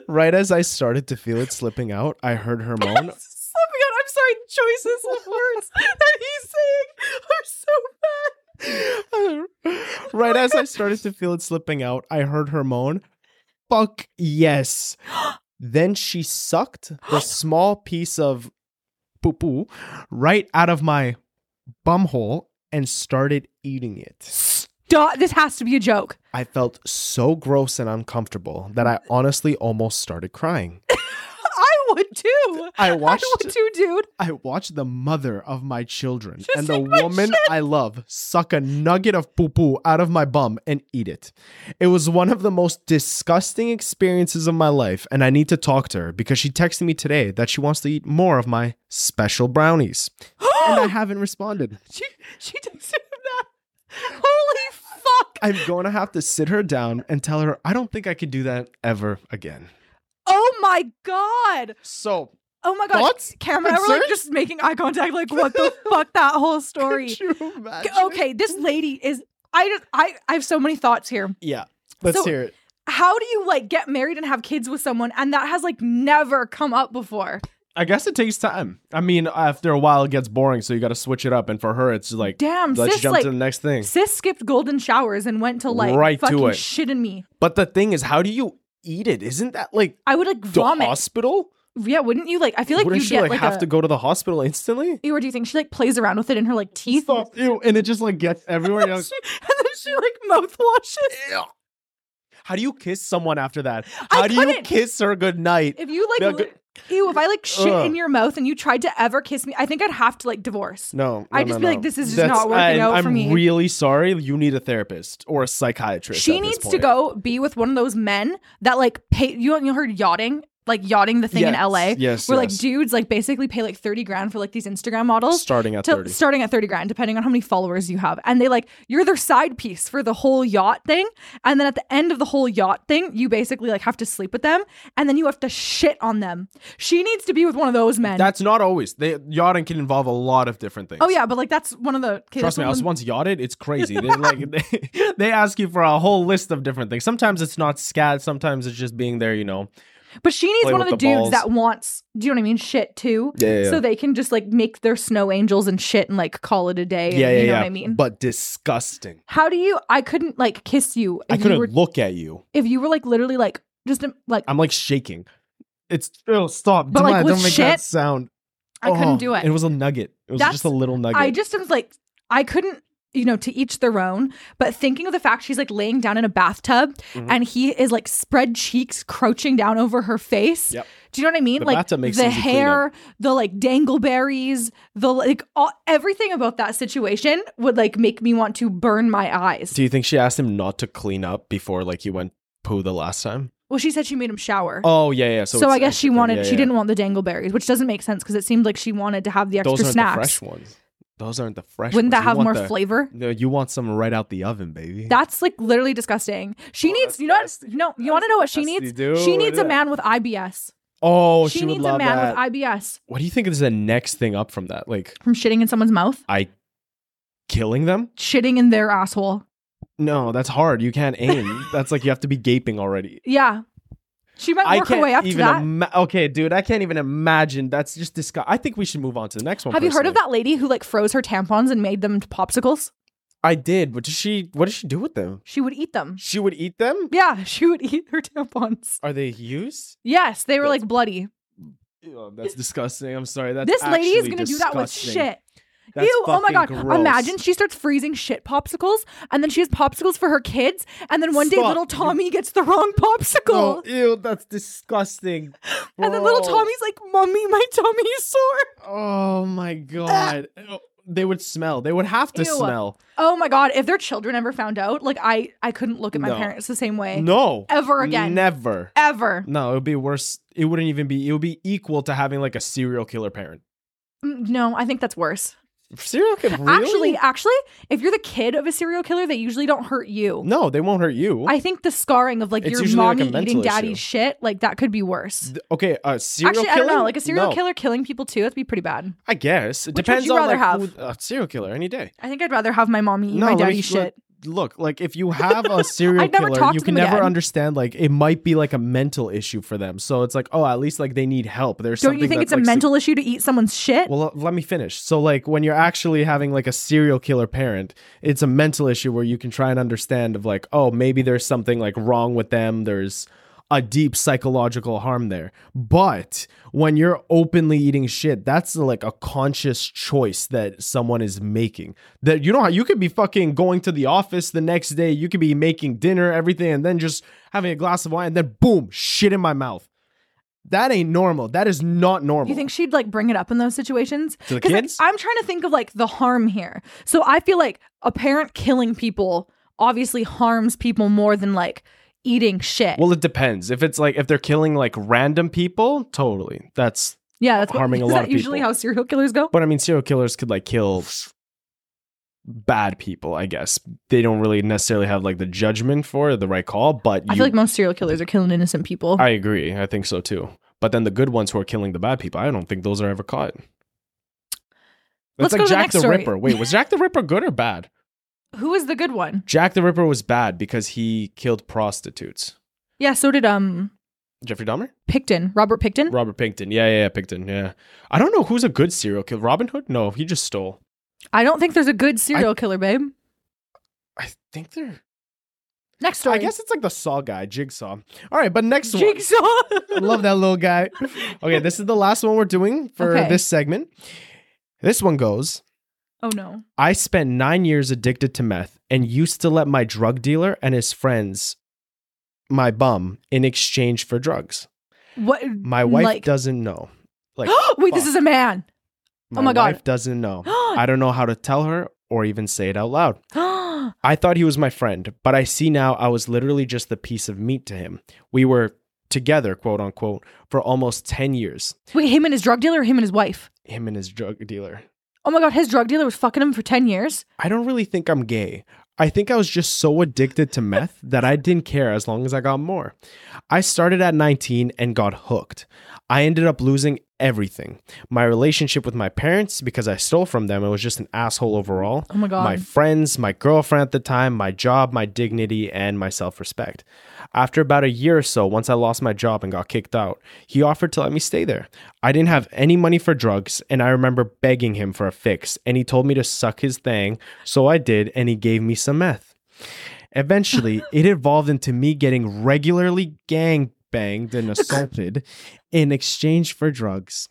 A: (laughs) right as I started to feel it slipping out, I heard her moan.
B: Slipping out. I'm sorry. Choices of words that he's saying are so bad.
A: (laughs) right as I started to feel it slipping out, I heard her moan, Fuck yes. Then she sucked (gasps) the small piece of poo poo right out of my bumhole and started eating it.
B: Stop. This has to be a joke.
A: I felt so gross and uncomfortable that I honestly almost started crying.
B: I would too.
A: (laughs) I watched
B: I would too, dude.
A: I watched the mother of my children
B: Just
A: and the
B: eat my
A: woman I love suck a nugget of poo poo out of my bum and eat it. It was one of the most disgusting experiences of my life, and I need to talk to her because she texted me today that she wants to eat more of my special
B: (gasps)
A: brownies. and I haven't responded.
B: She she texted him that. Holy fuck!
A: I'm going to have to sit her down and tell her I don't think I can do that ever again.
B: Oh my god!
A: So,
B: Oh my god!
A: Thoughts?
B: Cameron and I were like
A: Concerns?
B: just making eye contact, like what (laughs) the fuck? That whole story.
A: could you imagine?
B: Okay, this lady is. I just I I have so many thoughts here.
A: Yeah. Let's
B: So-
A: hear it.
B: How do you like get married and have kids with someone, and that has like never come up before?
A: I guess it takes time. I mean, after a while, it gets boring, so you got to switch it up. And for her, it's like,
B: Damn,
A: let's
B: sis,
A: jump
B: like
A: to the next thing.
B: sis skipped golden showers and went to like
A: Right to
B: fucking
A: it.
B: shit in me.
A: But the thing is, how do you eat it? Isn't that like
B: I would like
A: the
B: vomit.
A: hospital?
B: yeah, wouldn't you? Like I feel like
A: Wouldn't
B: you
A: she
B: get
A: like,
B: like,
A: have
B: a,
A: to go to the hospital instantly?
B: Or do you think she like plays around with it in her like teeth?
A: Stop, ew, and it just like
B: (laughs)
A: gets everywhere
B: and
A: else.
B: then she like mouth washes.
A: Eh, How do you kiss someone after that?
B: I
A: How do you
B: couldn't.
A: kiss her goodnight?
B: If you
A: No,
B: like,
A: good-
B: li- ew, if I like shit
A: Ugh.
B: in your mouth and you tried to ever kiss me, I think I'd have to like divorce.
A: No, no,
B: I'd just
A: no,
B: be like,
A: no.
B: this is just
A: That's-
B: not working
A: I'm-
B: out
A: I'm
B: for me.
A: really sorry. You need a therapist or a psychiatrist.
B: she
A: at this
B: needs to
A: point.
B: go be with one of those men that like pay. You you heard yachting, like yachting the thing in
A: Yes,
B: L.A.
A: yes,
B: where like
A: yes.
B: dudes like basically pay like thirty grand for like these Instagram models.
A: starting at
B: to-
A: thirty.
B: starting at 30 grand depending on how many followers you have and they like you're their side piece for the whole yacht thing and then at the end of the whole yacht thing you basically like have to sleep with them and then you have to shit on them she needs to be with one of those men
A: That's not always. They, yachting can involve a lot of different things.
B: oh yeah but like that's one of the okay, that's
A: Trust me, I
B: one of
A: was
B: the-
A: once yachted. It's crazy. They
B: (laughs)
A: like they, they ask you for a whole list of different things. Sometimes it's not scat. Sometimes it's just being there. You know.
B: but she needs
A: play
B: one of
A: with
B: the,
A: the
B: dudes
A: balls.
B: that wants do you know what i mean shit too
A: Yeah.
B: so they can just like make their snow angels and shit and like call it a day and,
A: yeah, yeah,
B: you know
A: yeah.
B: what i mean
A: But disgusting.
B: how do you i couldn't like kiss you
A: I
B: if you
A: couldn't
B: were
A: look at you.
B: if you were like literally like just um, like
A: I'm like shaking. It's oh stop.
B: But,
A: Don't-
B: like, with
A: don't make that
B: shit,
A: sound.
B: i
A: Oh,
B: couldn't do it
A: It was a nugget. It was
B: That's-
A: just a little nugget.
B: I just was like, I couldn't, you know, to each their own. But thinking of the fact she's like laying down in a bathtub
A: Mhm.
B: and he is like spread cheeks crouching down over her face.
A: Yep.
B: Do you know what I mean?
A: The
B: like
A: bathtub makes
B: the
A: things clean up.
B: hair, the like dangleberries, the like all, everything about that situation would like make me want to burn my eyes.
A: Do you think she asked him not to clean up before like he went poo the last time?
B: Well, she said she made him shower.
A: Oh yeah, yeah.
B: so
A: So, it's
B: I guess she
A: extra thing.
B: wanted,
A: Yeah,
B: she
A: yeah.
B: didn't want the dangleberries, which doesn't make sense because it seemed like she wanted to have the extra
A: Those aren't
B: snacks.
A: the fresh ones. Those aren't the fresh.
B: Wouldn't
A: ones.
B: that
A: You
B: have
A: want
B: more
A: the- Mm.
B: flavor?
A: No, you want some right out the oven, baby.
B: That's like literally disgusting. She
A: Oh,
B: needs,
A: that's
B: you know, what,
A: nasty.
B: no, you want to know what she
A: Nasty,
B: needs?
A: dude.
B: She needs a
A: Yeah.
B: man with IBS.
A: Oh, she,
B: she
A: would
B: needs
A: love
B: a man
A: that.
B: with IBS
A: what do you think is the next thing up from that? Like
B: from shitting in someone's mouth,
A: I killing them?
B: shitting in their asshole.
A: No, that's hard. You
B: (laughs)
A: can't aim. that's like you have to be gaping already.
B: Yeah, she might
A: I
B: work her
A: can't
B: way up to
A: even
B: that.
A: ima- okay, dude. I can't even imagine. That's just disgusting. I think we should move on to the next one.
B: Have you heard of
A: personally.
B: that lady who like froze her tampons and made them into popsicles?
A: I did. What does she? What does she do with them?
B: She would eat them.
A: She would eat them.
B: Yeah, (laughs) she would eat her tampons.
A: Are they used?
B: Yes, they were
A: That's-
B: like bloody.
A: Ew, Oh, that's disgusting. I'm sorry. That's
B: This lady is
A: actually
B: gonna do that with
A: disgusting.
B: shit.
A: That's
B: Ew, oh my god.
A: fucking gross.
B: Imagine she starts freezing shit popsicles and then she has popsicles for her kids and then one day
A: Stop.
B: little
A: You-
B: Tommy gets the wrong
A: No,
B: popsicle.
A: Oh, ew, that's disgusting.
B: (laughs) and then little
A: Bro.
B: Tommy's like, "Mommy, my tummy's sore."
A: Oh my
B: (laughs)
A: god. Ew. They would smell. They would have to
B: Ew.
A: smell.
B: Oh my god, if their children ever found out, like I I couldn't look at my
A: No.
B: parents the same way
A: No.
B: Eh, ever again.
A: Never.
B: ever.
A: No, it would be worse. It wouldn't even be. It would be equal to having like a serial killer parent.
B: Mm, No, I think that's worse.
A: Serial
B: (laughs)
A: killer. Really?
B: Actually, actually, if you're the kid of a serial killer, they usually don't hurt you.
A: no, they won't hurt you.
B: I think the scarring of like
A: It's
B: your
A: usually, like, a
B: mommy eating
A: mental
B: daddy's
A: issue.
B: shit, like that could be worse.
A: Th- okay, a serial
B: Actually, I
A: killer.
B: don't know. Like a serial
A: No,
B: killer killing people too, that'd be pretty bad.
A: I guess it
B: Which would
A: depends
B: you
A: on
B: rather
A: like
B: have?
A: who- a serial killer any day.
B: I think I'd rather have my mommy eat
A: No,
B: my
A: let me-
B: daddy's
A: let-
B: shit.
A: Look, like if
B: (laughs)
A: you have a serial
B: I'd never
A: killer,
B: talk
A: you
B: to
A: can
B: them
A: never
B: again.
A: understand. Like it might be like a mental issue for them. So it's like, oh, at least like they need help. There's
B: Don't
A: something
B: you think it's
A: that's,
B: a
A: like, sig-
B: mental issue to eat someone's shit?
A: Well, let me finish. So, like, when you're actually having like a serial killer parent, it's a mental issue where you can try and understand of like, oh, maybe there's something like wrong with them. There's a deep psychological harm there. But when you're openly eating shit, that's like a conscious choice that someone is making. That you know how you could be fucking going to the office the next day, you could be making dinner, everything, and then just having a glass of wine, and then boom, shit in my mouth. That ain't normal. That is not normal.
B: You think she'd like bring it up in those situations?
A: To the
B: 'Cause, like,
A: kids?
B: I'm trying to think of like the harm here. So I feel like a parent killing people obviously harms people more than like eating shit.
A: well, it depends. If it's like if they're killing like random people, totally. That's
B: yeah, that's what-
A: harming a
B: (laughs) is
A: lot
B: that
A: of
B: usually
A: people.
B: how serial killers go.
A: But I mean, serial killers could like kill bad people, I guess. They don't really necessarily have like the judgment for the right call, but you,
B: I feel like most serial killers are killing innocent people.
A: I agree. I think so too. But then the good ones who are killing the bad people, I don't think those are ever caught.
B: Let's
A: That's like
B: go to the
A: Jack
B: next
A: the
B: story.
A: Ripper. Wait, was Jack the Ripper good or bad?
B: Who is the good one?
A: Jack the Ripper was bad because he killed prostitutes.
B: Yeah, so did um
A: Jeffrey Dahmer?
B: Picton, Robert Picton.
A: Robert Pinkton. Yeah, yeah, yeah, Pinkton. Yeah. I don't know who's a good serial killer. Robin Hood? No, he just stole.
B: I don't think there's a good serial killer, babe.
A: I think they're.
B: Next story.
A: I guess it's like the Saw guy, Jigsaw. All right, but next one.
B: Jigsaw.
A: I love that little guy. (laughs) Okay, this is the last one we're doing for
B: Okay.
A: this segment. This one goes
B: (laughs) oh no.
A: I spent nine years addicted to meth and used to let my drug dealer and his friends my bum in exchange for drugs.
B: What
A: My wife
B: like-
A: doesn't know. (gasps) Like,
B: (gasps) Wait, this
A: fuck.
B: is a man.
A: Oh my,
B: my God.
A: wife doesn't (gasps) know. I don't know how to tell her or even say it out loud. I thought he was my friend, but I see now I was literally just the piece of meat to him. We were together, quote unquote, for almost 10 years.
B: Wait, him and his drug dealer or him and his wife?
A: Him and his drug dealer.
B: Oh my god, his drug dealer was fucking him for 10 years.
A: I don't really think I'm gay. I think I was just so addicted to meth that I didn't care as long as I got more. I started at 19 and got hooked. I ended up losing everything my relationship with my parents because I stole from them and was just an asshole overall.
B: Oh my God.
A: My friends, my girlfriend at the time, my job, my dignity, and my self respect. After about a year or so, once I lost my job and got kicked out, he offered to let me stay there. I didn't have any money for drugs, and I remember begging him for a fix, and he told me to suck his thing, so I did, and he gave me some meth. Eventually, it evolved into me getting regularly gang banged and assaulted in exchange for drugs.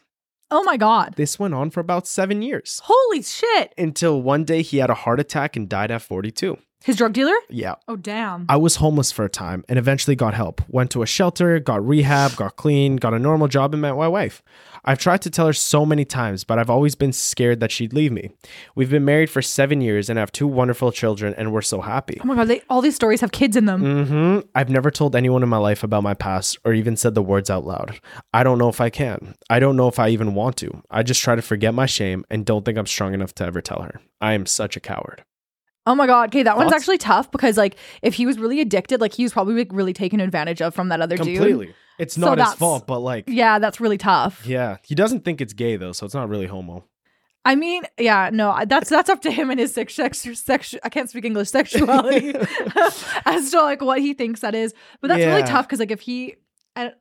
B: Oh my god.
A: This went on for about seven years
B: Holy shit.
A: until one day he had a heart attack and died at 42.
B: His drug dealer?
A: Yeah.
B: Oh damn.
A: I was homeless for a time and eventually got help. Went to a shelter, got rehab, got clean, got a normal job, and met my wife. I've tried to tell her so many times, but I've always been scared that she'd leave me. We've been married for seven years and have two wonderful children, and we're so happy.
B: oh my god, they, all these stories have kids in them.
A: hmm I've never told anyone in my life about my past or even said the words out loud. I don't know if I can. I don't know if I even want to. I just try to forget my shame and don't think I'm strong enough to ever tell her. I am such a coward.
B: Oh my god. Okay, that one's
A: Thoughts?
B: actually tough because like if he was really addicted, like he was probably like, really taken advantage of from that other dude.
A: Completely. It's
B: So
A: not his
B: that's-
A: fault, but like,
B: Yeah, that's really tough.
A: yeah, he doesn't think it's gay though, so it's not really homo.
B: I mean, yeah, no, I- that's that's up to him and his sex, sex, sex I can't speak
A: (laughs)
B: English sexuality (laughs) as to like what he thinks that is, but that's really
A: Yeah.
B: tough because like if he, I,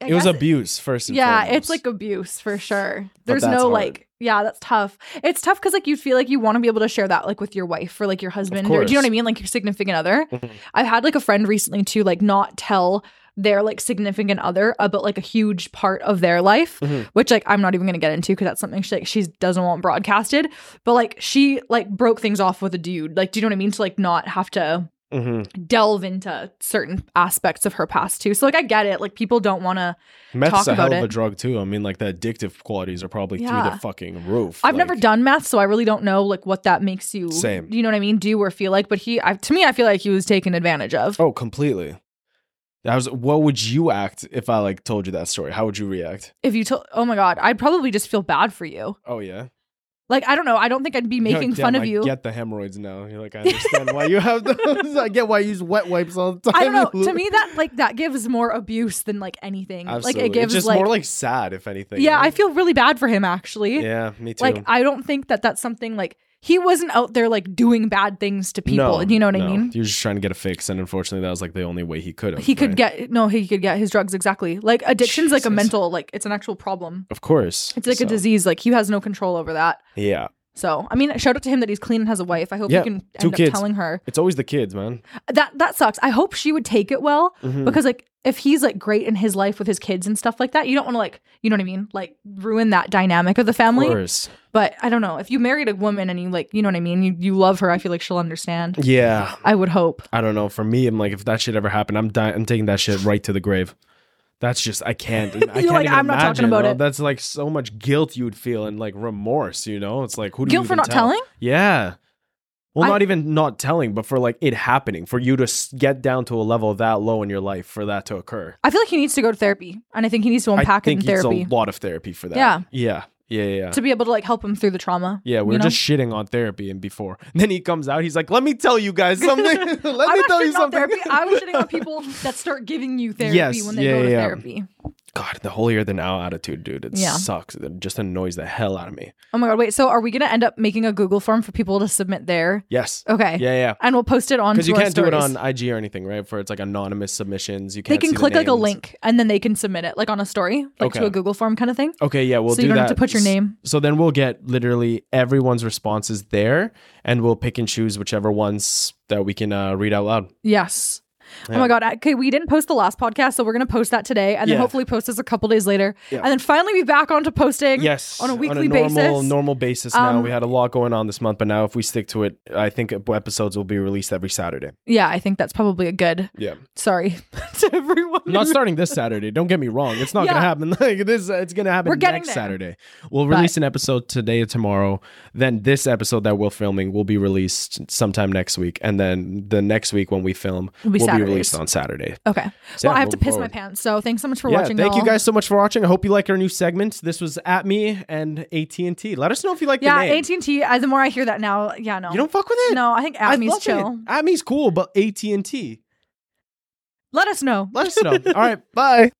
B: I
A: it was
B: guess-
A: abuse first. And
B: Yeah,
A: foremost.
B: it's like abuse for sure.
A: But
B: There's
A: that's
B: no
A: hard.
B: like, yeah, that's tough. It's tough because like you feel like you want to be able to share that like with your wife or like your husband or do you
A: course.
B: know what I mean? Like your significant other.
A: Mhm.
B: I've had like a friend recently to like not tell their like significant other about like a huge part of their life,
A: Mhm.
B: which like I'm not even gonna get into because that's something she like she doesn't want broadcasted. But like she like broke things off with a dude. Like, do you know what I mean? To like not have to
A: Mhm.
B: delve into certain aspects of her past too. So like I get it. Like people don't wanna
A: meth's
B: talk
A: a hell
B: about
A: of a
B: it.
A: drug too. I mean, like the addictive qualities are probably through
B: Yeah.
A: the fucking roof.
B: I've never
A: like-
B: done math, so I really don't know like what that makes you.
A: Same.
B: You know what I mean? Do or feel like, but he, I, to me, I feel like he was taken advantage of.
A: Oh, completely. That was. What would you act if I like told you that story? How would you react?
B: If you told, oh my god, I'd probably just feel bad for you.
A: Oh yeah, (laughs)
B: Like I don't know. I don't think I'd be
A: You're
B: making
A: like,
B: fun
A: "Damn,
B: of
A: I
B: you.
A: Get the hemorrhoids now. You're like, I understand why you have those. (laughs) I get why you use wet wipes all the time.
B: I
A: (laughs)
B: don't know.
A: you
B: To
A: lo-
B: me, that like that gives more abuse than like anything.
A: Absolutely.
B: Like it gives
A: it's just
B: like,
A: more like sad, if anything.
B: yeah. I
A: right?
B: feel really bad for him actually.
A: Yeah, me too.
B: like I don't think that that's something like he wasn't out there like doing bad things to people.
A: No,
B: you know what I
A: no.
B: mean?
A: You're just trying to get a fix, and unfortunately, that was like the only way he could. have,
B: He could
A: right?
B: get no. He could get his drugs exactly. Like addiction's like a
A: Jesus.
B: mental like it's an actual problem.
A: Of course,
B: It's like
A: So,
B: a disease. Like he has no control over that.
A: Yeah,
B: So I mean, shout out to him that he's clean and has a wife. I hope
A: Yeah,
B: he can
A: two
B: end
A: kids.
B: up telling her
A: it's always the kids, man.
B: that that sucks. I hope she would take it well
A: Mhm.
B: because like if he's like great in his life with his kids and stuff like that, you don't want to like you know what I mean, like ruin that dynamic of the
A: Of
B: family.
A: course.
B: But I don't know if you married a woman and you like you know what I mean, you you love her. I feel like
A: (laughs)
B: she'll understand.
A: Yeah,
B: I would hope.
A: I don't know. For me, I'm like, if that shit ever happened, I'm dying. I'm taking that shit right to the grave. That's just I can't. I can't
B: (laughs) You're like,
A: even
B: "I'm not talking
A: imagine,
B: about
A: though.
B: it."
A: That's like so much guilt you'd feel and like remorse. You know, it's like who do you
B: Guilt for
A: even
B: not
A: tell?
B: telling?
A: Yeah. Well,
B: I-
A: not even not telling, but for like it happening, for you to s- get down to a level that low in your life for that to occur.
B: I feel like he needs to go to therapy, and I think he needs to
A: I
B: unpack it in
A: think it's a
B: therapy
A: lot of therapy for that.
B: Yeah.
A: Yeah. Yeah. Yeah. yeah.
B: to be able to like help him through the trauma.
A: Yeah, we
B: you
A: were
B: know?
A: just shitting on therapy and before. (laughs) then he comes out, he's like, "Let me tell you
B: (laughs)
A: guys something. (laughs) Let
B: I'm
A: me
B: not
A: tell you
B: shitting on
A: something." (laughs)
B: therapy. I was shitting on people that start giving you therapy
A: Yes,
B: when they
A: yeah,
B: go to
A: yeah.
B: therapy.
A: God, the holier than thou attitude, dude. It
B: Yeah.
A: sucks. It just annoys the hell out of me.
B: Oh my god, wait. So are we gonna end up making a Google form for people to submit there?
A: Yes.
B: Okay.
A: Yeah, yeah.
B: And we'll post it on
A: Because
B: to
A: you
B: our
A: can't do it
B: stories.
A: on IG or anything, right? For it's like anonymous submissions. You
B: They
A: can't
B: can
A: see the
B: click like a
A: names.
B: link and then they can submit it like on a story, like to
A: Okay.
B: a Google form kind of thing.
A: Okay, yeah, we'll
B: so
A: do
B: you don't have
A: that.
B: to put your
A: S-
B: name.
A: So then we'll get literally everyone's responses there, and we'll pick and choose whichever ones that we can uh, read out loud.
B: Yes. Oh
A: Yeah.
B: my god. Okay, we didn't post the last podcast, so we're gonna post that today, and then
A: Yeah.
B: hopefully post this a couple days later,
A: Yeah.
B: and then finally be back onto posting.
A: Yes,
B: on a weekly
A: normal,
B: basis.
A: normal basis. Now
B: Um,
A: we had a lot going on this month, but now if we stick to it, I think episodes will be released every Saturday.
B: Yeah, I think that's probably a good.
A: Yeah,
B: Sorry (laughs) to everyone.
A: I'm not starting this Saturday. Don't get me wrong; it's not
B: Yeah.
A: gonna happen. (laughs) Like this, it's gonna happen
B: We're getting
A: next
B: there.
A: Saturday. We'll
B: But-
A: release an episode today or tomorrow. Then this episode that we're filming will be released sometime next week, and then the next week when we film
B: It'll be
A: will be
B: Saturdays.
A: released on Saturday.
B: okay.
A: So
B: well,
A: yeah,
B: I have to
A: moving
B: piss my
A: forward.
B: pants. So thanks so much for
A: yeah,
B: watching.
A: thank you
B: y'all.
A: guys so much for watching. I hope you like our new segment. This was at me and AT and T. Let us know if you like
B: Yeah,
A: the name.
B: AT and T. The more I hear that now, yeah, no,
A: You don't fuck with it.
B: no, I think
A: I
B: Acme's
A: love
B: chill.
A: It. Acme's cool, but AT and T.
B: Let us know.
A: (laughs) Let us know. All right, bye.